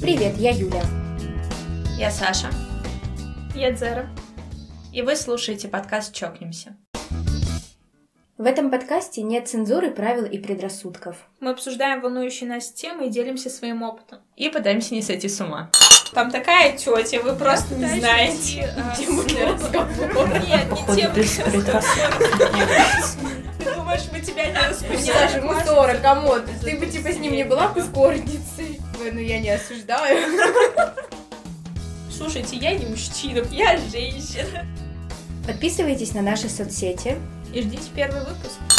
Привет, я Юля. Я Саша, Я Дзера. и вы слушаете подкаст «Чокнемся». В этом подкасте нет цензуры, правил и предрассудков. Мы обсуждаем волнующие нас темы и делимся своим опытом. И пытаемся не сойти с ума. Там такая тетя, вы просто не знаете. тему для разговора. а, Нет, не тему для разговора. Ты думаешь, мы тебя не Саша, распознали? ему 40, камон, ты бы типа с ним не была кускорницей. Ой, Ну я не осуждаю. Слушайте, я не мужчина, я женщина. Подписывайтесь на наши соцсети. И ждите первый выпуск.